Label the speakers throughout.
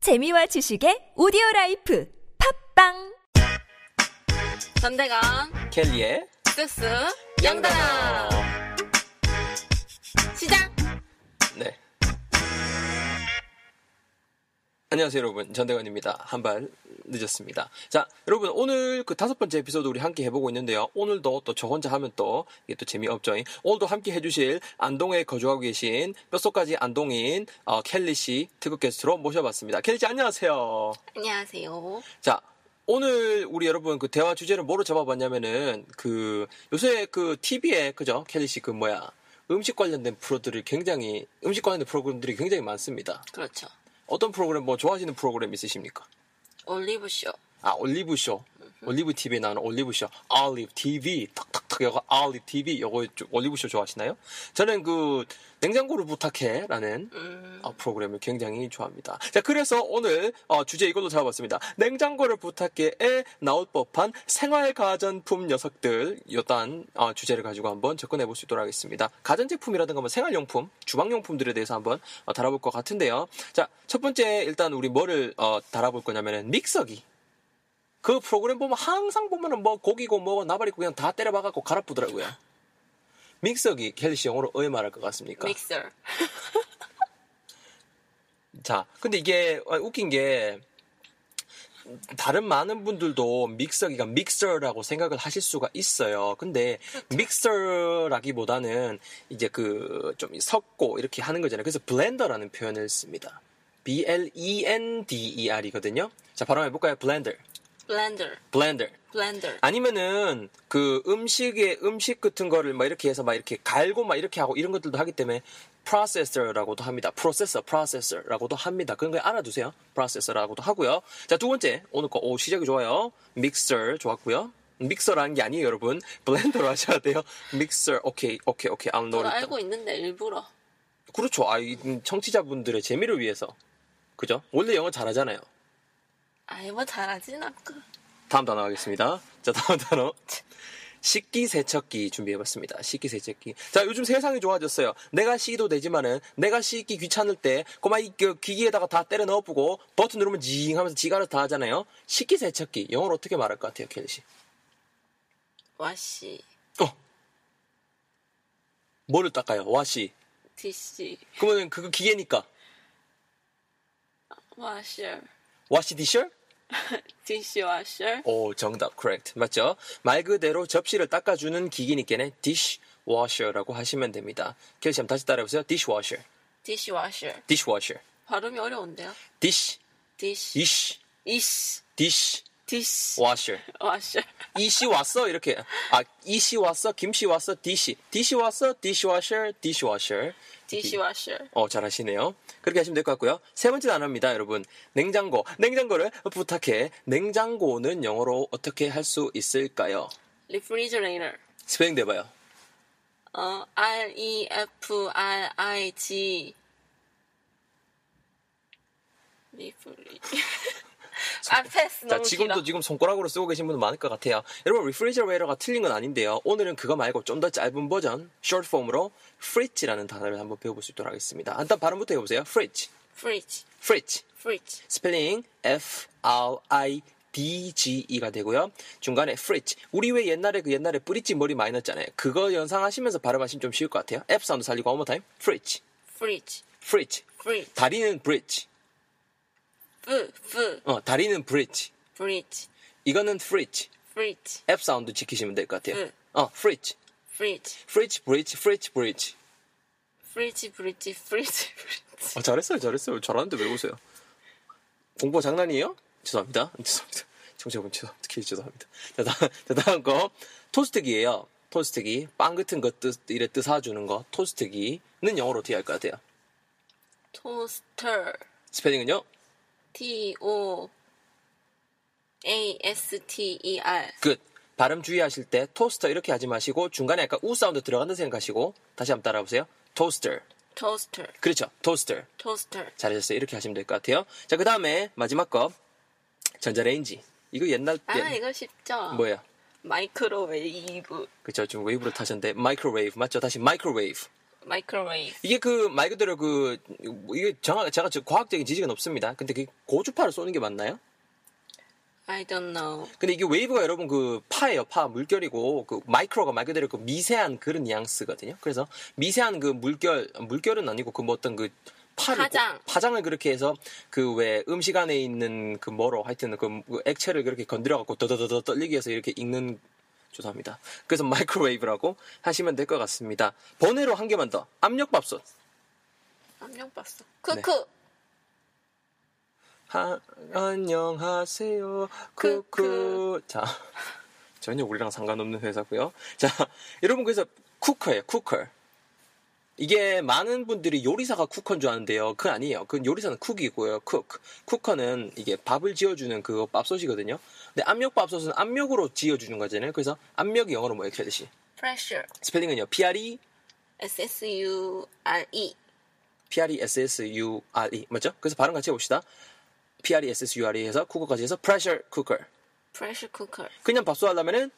Speaker 1: 재미와 지식의 오디오 라이프 팝빵
Speaker 2: 전대강
Speaker 3: 켈리의
Speaker 2: 섹스 양다라 시작
Speaker 3: 네. 안녕하세요 여러분 전대건입니다. 한발 늦었습니다. 자 여러분 오늘 그 다섯 번째 에피소드 우리 함께 해보고 있는데요. 오늘도 또 저 혼자 하면 또 이게 또 재미없죠. 오늘도 함께 해주실 안동에 거주하고 계신 뼛속까지 안동인 어, 켈리 씨 특급 게스트로 모셔봤습니다. 켈리 씨 안녕하세요.
Speaker 2: 안녕하세요
Speaker 3: 자, 오늘 우리 여러분 그 대화 주제를 뭐로 잡아봤냐면은 그 요새 그 TV에 그죠? 켈리 씨 그 뭐야? 음식 관련된 프로들이 굉장히 음식 관련된 프로그램들이 굉장히 많습니다.
Speaker 2: 그렇죠
Speaker 3: 어떤 프로그램 뭐 좋아하시는 프로그램 있으십니까?
Speaker 2: 올리브쇼
Speaker 3: 아 올리브 쇼, 올리브 TV에 나오는 올리브 쇼, 올리브 TV, 탁탁탁 요거 올리브 TV 요거 좀 올리브 쇼 좋아하시나요? 저는 그 냉장고를 부탁해라는
Speaker 2: 음,
Speaker 3: 어, 프로그램을 굉장히 좋아합니다. 자, 그래서 오늘 어, 주제 이걸로 잡아봤습니다. 냉장고를 부탁해에 나올 법한 생활 가전품 녀석들 요딴 어, 주제를 가지고 한번 접근해 볼 수 있도록 하겠습니다. 가전제품이라든가 뭐 생활용품, 주방용품들에 대해서 한번 어, 달아볼 것 같은데요. 자, 첫 번째 일단 우리 뭐를 어, 달아볼 거냐면은 믹서기. 그 프로그램 보면 항상 보면은 뭐 고기고 뭐 나발이고 그냥 다 때려 박아갖고 갈아 뿌더라고요. 믹서기 켈시 영어로 어에 말할 것 같습니까?
Speaker 2: 믹서
Speaker 3: 자, 근데 이게 아, 웃긴 게 다른 많은 분들도 믹서기가 믹서라고 생각을 하실 수가 있어요. 근데 믹서라기보다는 이제 그 좀 섞고 이렇게 하는 거잖아요. 그래서 블렌더라는 표현을 씁니다. B L E N D E R이거든요. 자, 발음해 볼까요? 블렌더.
Speaker 2: 블렌더
Speaker 3: 블렌더.
Speaker 2: 블렌더
Speaker 3: 아니면은 그 음식의 음식 같은 거를 막 이렇게 해서 막 이렇게 갈고 막 이렇게 하고 이런 것들도 하기 때문에 프로세서라고도 합니다. 프로세서, 프로세서라고도 합니다. 그런 거 알아두세요. 프로세서라고도 하고요. 자, 두 번째. 오늘 거 오, 시작이 좋아요. 믹서 좋았고요. 믹서라는 게 아니에요, 여러분. 블렌더로 하셔야 돼요. 믹서. 오케이. 오케이. 오케이. I'm
Speaker 2: 저를
Speaker 3: not
Speaker 2: 알고 있는데 일부러
Speaker 3: 그렇죠. 아, 이 청취자분들의 재미를 위해서. 그죠? 원래 영어 잘하잖아요.
Speaker 2: 아이 뭐 잘하진 않고
Speaker 3: 다음 단어 하겠습니다. 자, 다음 단어. 식기 세척기 준비해봤습니다. 식기 세척기. 자, 요즘 세상이 좋아졌어요. 내가 씻기도 되지만은, 내가 씻기 귀찮을 때, 그만 이 그, 기기에다가 다 때려 넣어보고, 버튼 누르면 징 하면서 지가 알아서 다 하잖아요. 식기 세척기. 영어로 어떻게 말할 것 같아요, 켈리 씨?
Speaker 2: 와시
Speaker 3: 어! 뭐를 닦아요? 와시.
Speaker 2: 디시
Speaker 3: 그러면 그거 기계니까.
Speaker 2: 와셔
Speaker 3: 와시 디셜?
Speaker 2: 디시 와셔
Speaker 3: 오, 정답, correct. 맞죠? 말 그대로 접시를 닦아주는 기기니께는 dishwasher라고 하시면 됩니다. 켈시 한번 다시 따라해보세요. dishwasher,
Speaker 2: 디시 와셔
Speaker 3: dishwasher,
Speaker 2: 발음이 어려운데요
Speaker 3: dish,
Speaker 2: 디시
Speaker 3: dish,
Speaker 2: 이시
Speaker 3: dishwasher.
Speaker 2: 디시 와셔
Speaker 3: 이씨 왔어 이렇게 아 이씨 왔어 김씨 왔어 디씨 디씨 왔어 dishwasher, dishwasher.
Speaker 2: 디시 와셔
Speaker 3: 어, 잘하시네요. 그렇게 하시면 될 것 같고요. 세 번째 단어입니다, 여러분. 냉장고. 냉장고를 부탁해. 냉장고는 영어로 어떻게 할 수 있을까요?
Speaker 2: 리프리저레이터
Speaker 3: 스페링 돼봐요.
Speaker 2: 어, R E F R I G 리플리 아 패스
Speaker 3: 자,
Speaker 2: 너무
Speaker 3: 지금도
Speaker 2: 길어
Speaker 3: 지금 손가락으로 쓰고 계신 분들 많을 것 같아요. 여러분, 리프리저레이터가 틀린 건 아닌데요. 오늘은 그거 말고 좀 더 짧은 버전, short form으로 fridge라는 단어를 한번 배워볼 수 있도록 하겠습니다. 일단 발음부터 해보세요. fridge,
Speaker 2: 프리지
Speaker 3: fridge.
Speaker 2: 프리지
Speaker 3: 스펠링 F R I D G E가 되고요. 중간에 fridge. 우리 왜 옛날에 그 옛날에 뿌리지 머리 많이 넣었잖아요. 그거 연상하시면서 발음하시면 좀 쉬울 것 같아요. F 사운드 살리고 one more time. fridge,
Speaker 2: 프리지
Speaker 3: fridge.
Speaker 2: 프리지
Speaker 3: 다리는 bridge.
Speaker 2: 푸푸
Speaker 3: 어, 다리는 bridge.
Speaker 2: 프리지
Speaker 3: 이거는 fridge.
Speaker 2: 프리지
Speaker 3: F 사운드 지키시면 될 것 같아요.
Speaker 2: 응.
Speaker 3: 어, fridge.
Speaker 2: 프리지
Speaker 3: fridge, bridge, fridge, bridge.
Speaker 2: 프리지 프리지 프리지 프리지
Speaker 3: 아, 잘했어요, 잘했어요. 잘하는데 왜 웃어요? 공부 장난이에요? 죄송합니다. 죄송합니다. 청취자분 죄송, 특히 죄송합니다. 자, 다음, 자, 다음 거. 토스트기예요. 토스트기. 빵 같은 거 뜻, 이래 뜻사주는 거. 토스트기는 영어로 어떻게 할 것 같아요?
Speaker 2: 토스터
Speaker 3: 스펠링은요?
Speaker 2: T O A S T E R
Speaker 3: 끝. 발음 주의하실 때 토스터 이렇게 하지 마시고 중간에 약간 우 사운드 들어간다 생각하시고 다시 한번 따라해보세요. 토스터.
Speaker 2: 토스터
Speaker 3: 그렇죠. 토스터.
Speaker 2: 토스터
Speaker 3: 잘하셨어요. 이렇게 하시면 될 것 같아요. 자, 그 다음에 마지막 거. 전자레인지. 이거 옛날 때.
Speaker 2: 아 이거 쉽죠
Speaker 3: 예. 뭐야?
Speaker 2: 마이크로웨이브
Speaker 3: 그쵸, 지금 웨이브로 타셨는데, 마이크로웨이브, 맞죠? 다시 마이크로웨이브.
Speaker 2: microwave.
Speaker 3: 이게 그 말 그대로 그 이게 정확 제가 지금 과학적인 지식은 없습니다. 근데 그 고주파를 쏘는 게 맞나요?
Speaker 2: I don't know.
Speaker 3: 근데 이게 웨이브가 여러분 그 파예요, 파 물결이고 그 마이크로가 말 그대로 그 미세한 그런 뉘앙스거든요. 그래서 미세한 그 물결 물결은 아니고 그 뭐 어떤 그 파를
Speaker 2: 파장.
Speaker 3: 을 그렇게 해서 그 왜 음식 안에 있는 그 뭐로 하여튼 그 액체를 그렇게 건드려 갖고 더더더더 떨리게 해서 이렇게 익는 죄송합니다. 그래서 마이크로웨이브라고 하시면 될 것 같습니다. 번외로 한 개만 더 압력밥솥
Speaker 2: 안녕 봤어. 쿠쿠.
Speaker 3: 하, 안녕하세요. 쿠쿠.
Speaker 2: 쿠쿠.
Speaker 3: 자, 전혀 우리랑 상관없는 회사고요. 자, 여러분 그래서 쿠커예요. 쿠커. 이게 많은 분들이 요리사가 쿠커인 줄 아는데요. 그 아니에요. 그 요리사는 쿡이고요. 쿡. 쿠커는 이게 밥을 지어주는 그 밥솥이거든요. 근데 압력밥솥은 압력으로 지어주는 거잖아요. 그래서 압력이 영어로 뭐 이렇게 하듯이.
Speaker 2: pressure.
Speaker 3: 스펠링은요. PRE,
Speaker 2: S S U R E.
Speaker 3: PRESSURE. E. 맞죠? 그래서 발음 같이 해봅시다. E PRESSURE 해서 쿠커까지 해서 pressure cooker.
Speaker 2: pressure cooker.
Speaker 3: 그냥 밥솥 하려면은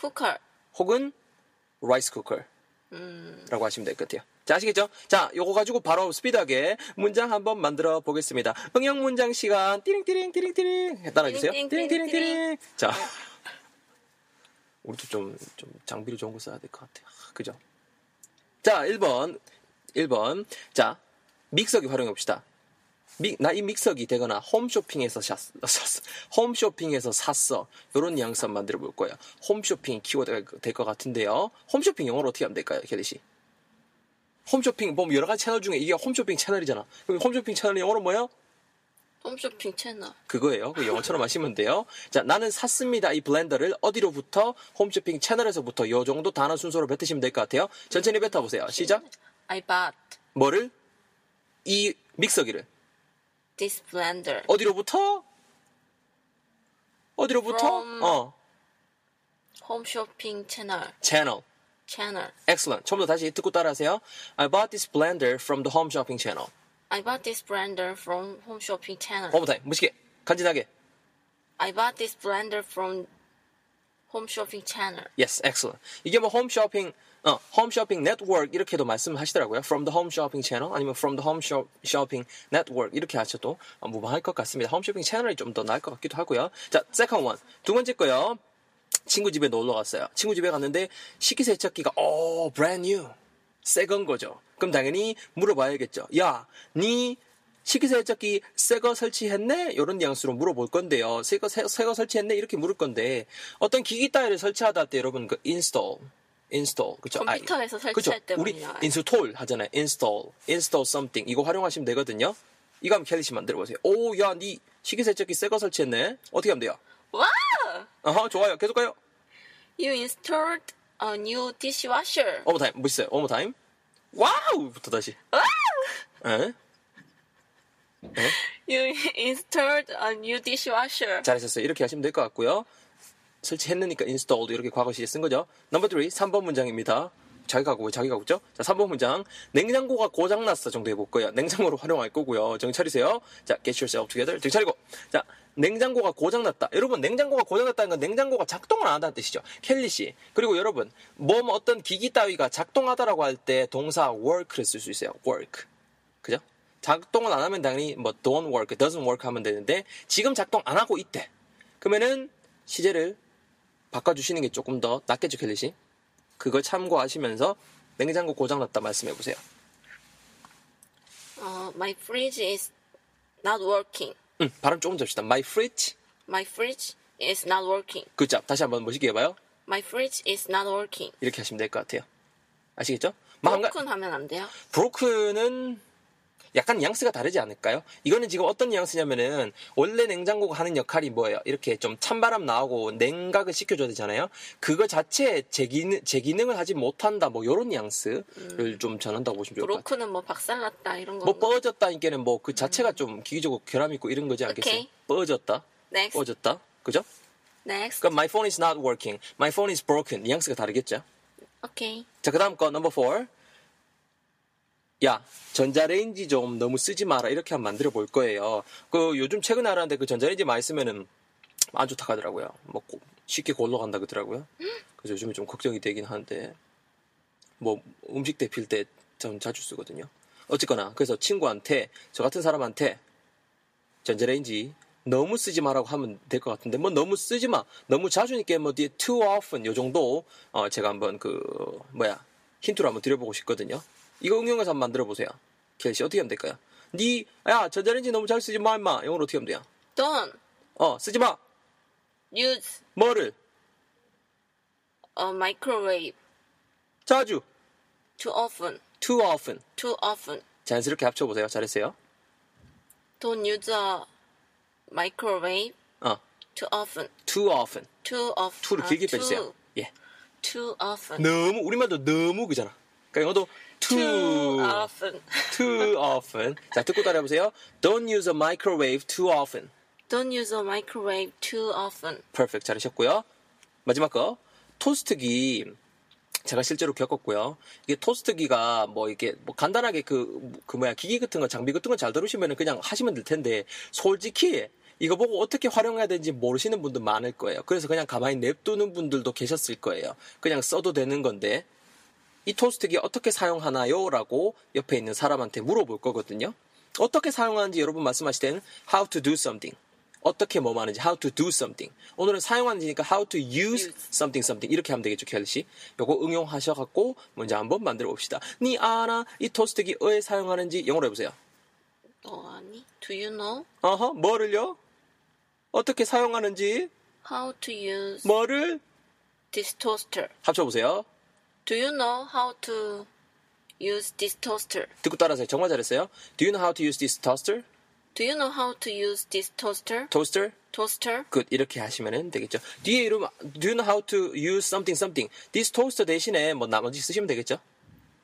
Speaker 2: cooker.
Speaker 3: 혹은 라이스 쿠커라고
Speaker 2: 음.
Speaker 3: 하시면 될 것 같아요. 자, 아시겠죠? 자, 요거 가지고 바로 스피드하게 문장 한번 만들어 보겠습니다. 응용 문장 시간 띠링띠링띠링띠링 따라해주세요.
Speaker 2: 띠링띠링띠링. 네.
Speaker 3: 띠링띠링띠링 자, 우리도 좀, 좀 장비를 좋은 거 써야 될 것 같아요. 아, 그죠? 자, 1번. 1번. 자, 믹서기 활용해 봅시다. 나 이 믹서기 되거나 홈쇼핑에서 샀, 샀 홈쇼핑에서 샀어. 요런 양상 만들어 볼 거예요. 홈쇼핑 키워드가 될 것 같은데요. 홈쇼핑 영어로 어떻게 하면 될까요, 캐리 씨? 홈쇼핑 뭐 여러 가지 채널 중에 이게 홈쇼핑 채널이잖아. 그럼 홈쇼핑 채널 영어로 뭐예요?
Speaker 2: 홈쇼핑 채널.
Speaker 3: 그거예요. 그 영어처럼 하시면 돼요. 자, 나는 샀습니다. 이 블렌더를 어디로부터 홈쇼핑 채널에서부터 요 정도 단어 순서로 뱉으시면 될 것 같아요. 천천히 뱉어 보세요. 시작.
Speaker 2: I bought
Speaker 3: 뭐를 이 믹서기를
Speaker 2: this blender
Speaker 3: 어디로부터? 어디로부터?
Speaker 2: From-
Speaker 3: 어,
Speaker 2: 홈쇼핑 채널.
Speaker 3: 채널.
Speaker 2: 채널.
Speaker 3: Excellent. 처음부터 다시 듣고 따라하세요. I bought this blender from the home shopping channel.
Speaker 2: I bought this blender from 홈쇼핑 채널.
Speaker 3: One more time. 무식해. 간지나게.
Speaker 2: I bought this blender from 홈쇼핑 채널.
Speaker 3: Yes, excellent. 이게 뭐 홈쇼핑, 어, 홈쇼핑 네트워크 이렇게도 말씀하시더라고요. From the home shopping channel 아니면 from the home shop, shopping network 이렇게 하셔도 어, 무방할 것 같습니다. 홈쇼핑 채널이 좀 더 나을 것 같기도 하고요. 자, second one. 두 번째 거요. 친구 집에 놀러 갔어요. 친구 집에 갔는데 식기세척기가 오, brand new. 새 건 거죠. 그럼 당연히 물어봐야겠죠. 야, 니 식기세척기 새 거 설치했네? 이런 뉘앙스로 물어볼 건데요. 새거 새, 새거 설치했네? 이렇게 물을 건데 어떤 기기 따위를 설치하다 할 때 여러분 그 install, install 그죠?
Speaker 2: 컴퓨터에서 설치할 때
Speaker 3: 우리
Speaker 2: 많이 나와요.
Speaker 3: install 하잖아요. install, install something 이거 활용하시면 되거든요. 이거 한번 켈리 씨 만들어 보세요. 오, 야, 니 식기세척기 새 거 설치했네? 어떻게 하면 돼요?
Speaker 2: Wow!
Speaker 3: 아하, 좋아요. 계속 가요.
Speaker 2: You installed a new dishwasher.
Speaker 3: One more time. 뭐 멋있어요. One more time. 와우부터 다시. 에?
Speaker 2: You installed a new dishwasher.
Speaker 3: 잘하셨어요. 이렇게 하시면 될 것 같고요. 설치했느니까 installed 이렇게 과거 시제 쓴 거죠. 넘버 3, 3번 문장입니다. 자기가 하고 왜 자기가 하고 있죠? 자, 3번 문장. 냉장고가 고장났어 정도 해볼 거예요. 냉장고를 활용할 거고요. 정신 차리세요. 자, get yourself together. 정신 차리고. 자, 냉장고가 고장났다. 여러분, 냉장고가 고장났다는 건 냉장고가 작동을 안 한다는 뜻이죠. 켈리 씨. 그리고 여러분, 뭐 어떤 기기 따위가 작동하다라고 할 때 동사 work를 쓸 수 있어요. work. 그죠? 작동을 안 하면 당연히 뭐 don't work, doesn't work 하면 되는데 지금 작동 안 하고 있대. 그러면은 시제를 바꿔주시는 게 조금 더 낫겠죠, 켈리 씨? 그걸 참고하시면서 냉장고 고장났다 말씀해 보세요.
Speaker 2: Uh, my fridge is not working.
Speaker 3: 음, 발음 조금 접시다. My fridge.
Speaker 2: My fridge is not working.
Speaker 3: 그죠? 다시 한번 멋있게 해봐요.
Speaker 2: My fridge is not working.
Speaker 3: 이렇게 하시면 될 것 같아요. 아시겠죠? 마음가
Speaker 2: broken 하면 안 돼요?
Speaker 3: 브로큰은 약간 뉘앙스가 다르지 않을까요? 이거는 지금 어떤 뉘앙스냐면은 원래 냉장고가 하는 역할이 뭐예요? 이렇게 좀 찬바람 나오고 냉각을 시켜줘야 되잖아요. 그거 자체에 제 기능 제 기능을 하지 못한다 뭐 이런 뉘앙스를
Speaker 2: 음.
Speaker 3: 좀 전한다고 보시면 좋을 것 같아요.
Speaker 2: broken은 뭐 박살났다 이런 거.
Speaker 3: 뭐 뻗어졌다니까는 뭐 그 자체가 좀 기기적으로 결함 있고 이런 거지 않겠어요?
Speaker 2: 음. 오케이. 네.
Speaker 3: 뻗어졌다,
Speaker 2: Next.
Speaker 3: 뻗어졌다, 그죠?
Speaker 2: Next.
Speaker 3: 뭐- 그럼 my phone is not working, my phone is broken 뉘앙스가 다르겠죠?
Speaker 2: Okay.
Speaker 3: 자, 그 다음 거, 넘버 4. 야, 전자레인지 좀 너무 쓰지 마라. 이렇게 한번 만들어 볼 거예요. 그, 요즘 최근에 알았는데 그 전자레인지 많이 쓰면은 안 좋다고 하더라고요. 뭐, 고- 쉽게 골로 간다 그러더라고요. 그래서 요즘에 좀 걱정이 되긴 하는데, 뭐, 음식 데필 때 전 자주 쓰거든요. 어쨌거나 그래서 친구한테 저 같은 사람한테 전자레인지 너무 쓰지 마라고 하면 될 것 같은데 뭐 너무 쓰지 마 너무 자주니까 뭐 뒤에 too often 요 정도 어, 제가 한번 그 뭐야 힌트로 한번 드려보고 싶거든요. 이거 응용해서 한번 만들어 보세요. 켈시 어떻게 하면 될까요? 니야 전자레인지 너무 잘 쓰지 마 임마 영어로 어떻게 하면 돼요?
Speaker 2: Don't
Speaker 3: 어 쓰지 마
Speaker 2: use
Speaker 3: 뭐를
Speaker 2: a microwave
Speaker 3: 자주
Speaker 2: too often.
Speaker 3: too often
Speaker 2: Too often.
Speaker 3: 자연스럽게 합쳐보세요. 잘했어요.
Speaker 2: Don't use a microwave
Speaker 3: 어
Speaker 2: too often.
Speaker 3: too often
Speaker 2: Too often.
Speaker 3: too를
Speaker 2: 아,
Speaker 3: 길게
Speaker 2: too.
Speaker 3: 빼주세요. 네. 예
Speaker 2: Too often.
Speaker 3: 너무 우리말도 너무 그잖아. 그러니까 영어도
Speaker 2: Too 아,
Speaker 3: too
Speaker 2: often.
Speaker 3: too often. 자, 듣고 따라해보세요. Don't use a microwave too often.
Speaker 2: Don't use a microwave too often.
Speaker 3: perfect. 잘하셨고요. 마지막 거. 토스트기. 제가 실제로 겪었고요. 이게 토스트기가 뭐 이게 뭐 간단하게 그, 그 뭐야, 기기 같은 거, 장비 같은 거 잘 다루시면 그냥 하시면 될 텐데, 솔직히 이거 보고 어떻게 활용해야 되는지 모르시는 분들 많을 거예요. 그래서 그냥 가만히 냅두는 분들도 계셨을 거예요. 그냥 써도 되는 건데, 이 토스트기 어떻게 사용하나요? 라고 옆에 있는 사람한테 물어볼 거거든요. 어떻게 사용하는지 여러분 말씀하실 때는 how to do something. 어떻게 뭐 하는지 how to do something. 오늘은 사용하는지니까 how to use something something 이렇게 하면 되겠죠, 켈리 씨. 요거 응용하셔 갖고 먼저 한번 만들어 봅시다. 니 아나 이 토스트기 왜 사용하는지 영어로 해 보세요.
Speaker 2: 너 아니? Do you know
Speaker 3: 어허, 뭐를요? 어떻게 사용하는지
Speaker 2: how to use
Speaker 3: 뭐를
Speaker 2: this toaster?
Speaker 3: 합쳐 보세요.
Speaker 2: Do you know how to use this toaster?
Speaker 3: 듣고 따라하세요. 정말 잘했어요. Do you know how to use this toaster?
Speaker 2: Do you know how to use this toaster?
Speaker 3: toaster?
Speaker 2: Toaster?
Speaker 3: good 이렇게 하시면 되겠죠. 뒤에 이름 do you know how to use something something this toaster 대신에 뭐 나머지 쓰시면 되겠죠.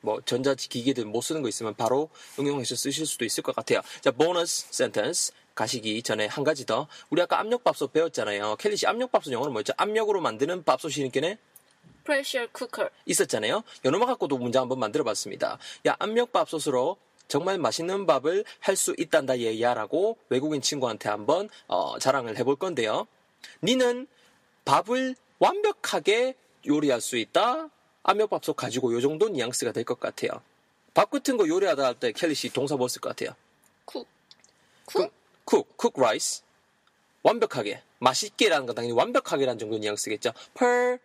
Speaker 3: 뭐 전자기기든 못 쓰는 거 있으면 바로 응용해서 쓰실 수도 있을 것 같아요. 자, 보너스 센텐스 가시기 전에 한 가지 더 우리 아까 압력밥솥 배웠잖아요. 켈리 씨 압력밥솥 영어로 뭐였죠? 압력으로 만드는 밥솥이니까는
Speaker 2: Pressure cooker.
Speaker 3: 있었잖아요. 연어만 갖고도 문제 한번 만들어봤습니다. 야 압력밥솥으로 정말 맛있는 밥을 할 수 있단다 얘야라고 외국인 친구한테 한번 어, 자랑을 해볼 건데요. 니는 밥을 완벽하게 요리할 수 있다. 압력밥솥 가지고 요 정도 뉘앙스가 될 것 같아요. 밥 같은 거 요리하다 할 때 켈리 씨 동사 뭐쓸 것 같아요?
Speaker 2: Cook. Cook?
Speaker 3: 쿡, 쿡 라이스. 완벽하게. 맛있게라는 건 당연히 완벽하게라는 정도 뉘앙스겠죠. per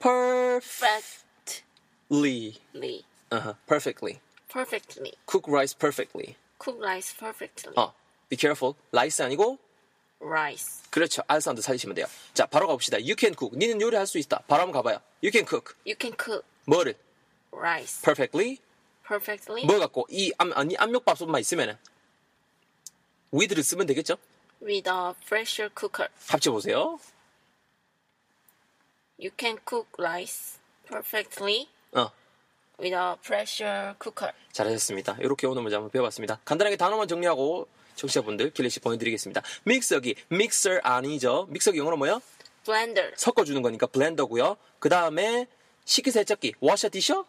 Speaker 3: perfectly
Speaker 2: Perfectly.
Speaker 3: Uh-huh. Perfectly.
Speaker 2: Perfectly.
Speaker 3: Cook rice perfectly.
Speaker 2: Cook rice perfectly.
Speaker 3: 어, be careful. 라이스 아니고
Speaker 2: Rice.
Speaker 3: 그렇죠. 알 사운드 살리시면 돼요. 자, 바로 가봅시다. You can cook. 니는 요리할 수 있다. 바로 한번 가봐요. You can cook.
Speaker 2: You can cook
Speaker 3: 뭐를?
Speaker 2: rice
Speaker 3: Perfectly.
Speaker 2: perfectly
Speaker 3: 뭘 갖고 이 암, 아니 압력밥솥만 있으면은 with를 쓰면 되겠죠?
Speaker 2: with a pressure cooker.
Speaker 3: 합쳐 보세요.
Speaker 2: You can cook rice perfectly
Speaker 3: 어,
Speaker 2: with a pressure cooker.
Speaker 3: 잘하셨습니다. 이렇게 오늘 문제 한번 배워봤습니다. 간단하게 단어만 정리하고 청취자분들 길래시 보내드리겠습니다. 믹서기, 믹서 아니죠? 믹서기 영어로 뭐요?
Speaker 2: Blender.
Speaker 3: 섞어주는 거니까 블렌더고요. 그 다음에 식기세척기, 워셔 디셔?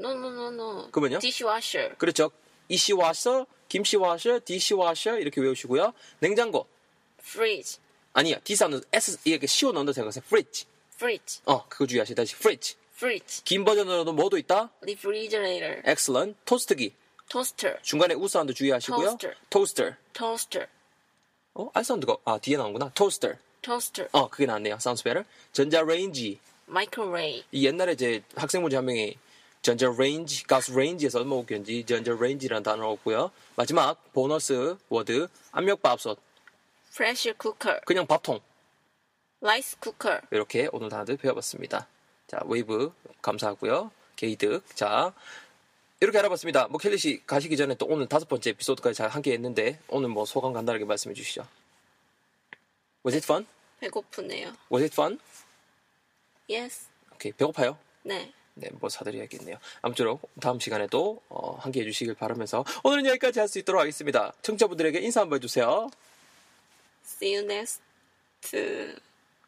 Speaker 2: No, no, no, no.
Speaker 3: 그러면요?
Speaker 2: Dishwasher.
Speaker 3: 그렇죠. 이씨 와셔, 김씨 와셔, 디씨 와셔 이렇게 외우시고요. 냉장고
Speaker 2: Fridge.
Speaker 3: 아니야. D 사운드 S 이렇게 시오 넣는다 생각하세요. fridge.
Speaker 2: Fridge.
Speaker 3: 어, 그거 주의하세요. 다시 fridge.
Speaker 2: Fridge.
Speaker 3: 긴 버전으로도 뭐도 있다?
Speaker 2: Refrigerator.
Speaker 3: excellent. 토스트기.
Speaker 2: Toaster.
Speaker 3: 중간에 우 사운드 주의하시고요.
Speaker 2: Toaster.
Speaker 3: toaster.
Speaker 2: Toaster.
Speaker 3: 어, 알 사운드가 아, 뒤에 나오는구나. toaster.
Speaker 2: Toaster.
Speaker 3: 어, 그게 나왔네요. sounds better. 전자레인지.
Speaker 2: Microwave.
Speaker 3: 이 옛날에 제 학생 문제 한 명이 전자 레인지, 가스 레인지에서 얼마였는지 전자 레인지라는 단어였고요. 마지막 보너스 워드 압력밥솥,
Speaker 2: Pressure cooker.
Speaker 3: 그냥 밥통
Speaker 2: Rice cooker.
Speaker 3: 이렇게 오늘 단어들 배워봤습니다. 자 웨이브 감사하고요. 게이득 자 이렇게 알아봤습니다. 뭐 켈리 씨 가시기 전에 또 오늘 다섯 번째 에피소드까지 잘 함께 했는데 오늘 뭐 소감 간단하게 말씀해 주시죠. Was it fun?
Speaker 2: 배고프네요.
Speaker 3: Was it fun?
Speaker 2: Yes.
Speaker 3: 오케이 배고파요.
Speaker 2: 네.
Speaker 3: 네, 뭐 사드려야겠네요. 아무쪼록 다음 시간에도 어, 함께해 주시길 바라면서 오늘은 여기까지 할 수 있도록 하겠습니다. 청자분들에게 인사 한번 해주세요.
Speaker 2: See you next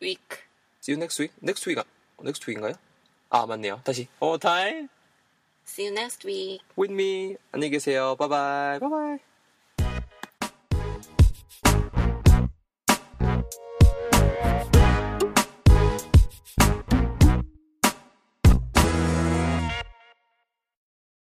Speaker 2: week.
Speaker 3: See you next week. Next week. Next week인가요? 아 맞네요. 다시. All time
Speaker 2: See you next week.
Speaker 3: with me. 안녕히 계세요. 바이바이. 바이바이.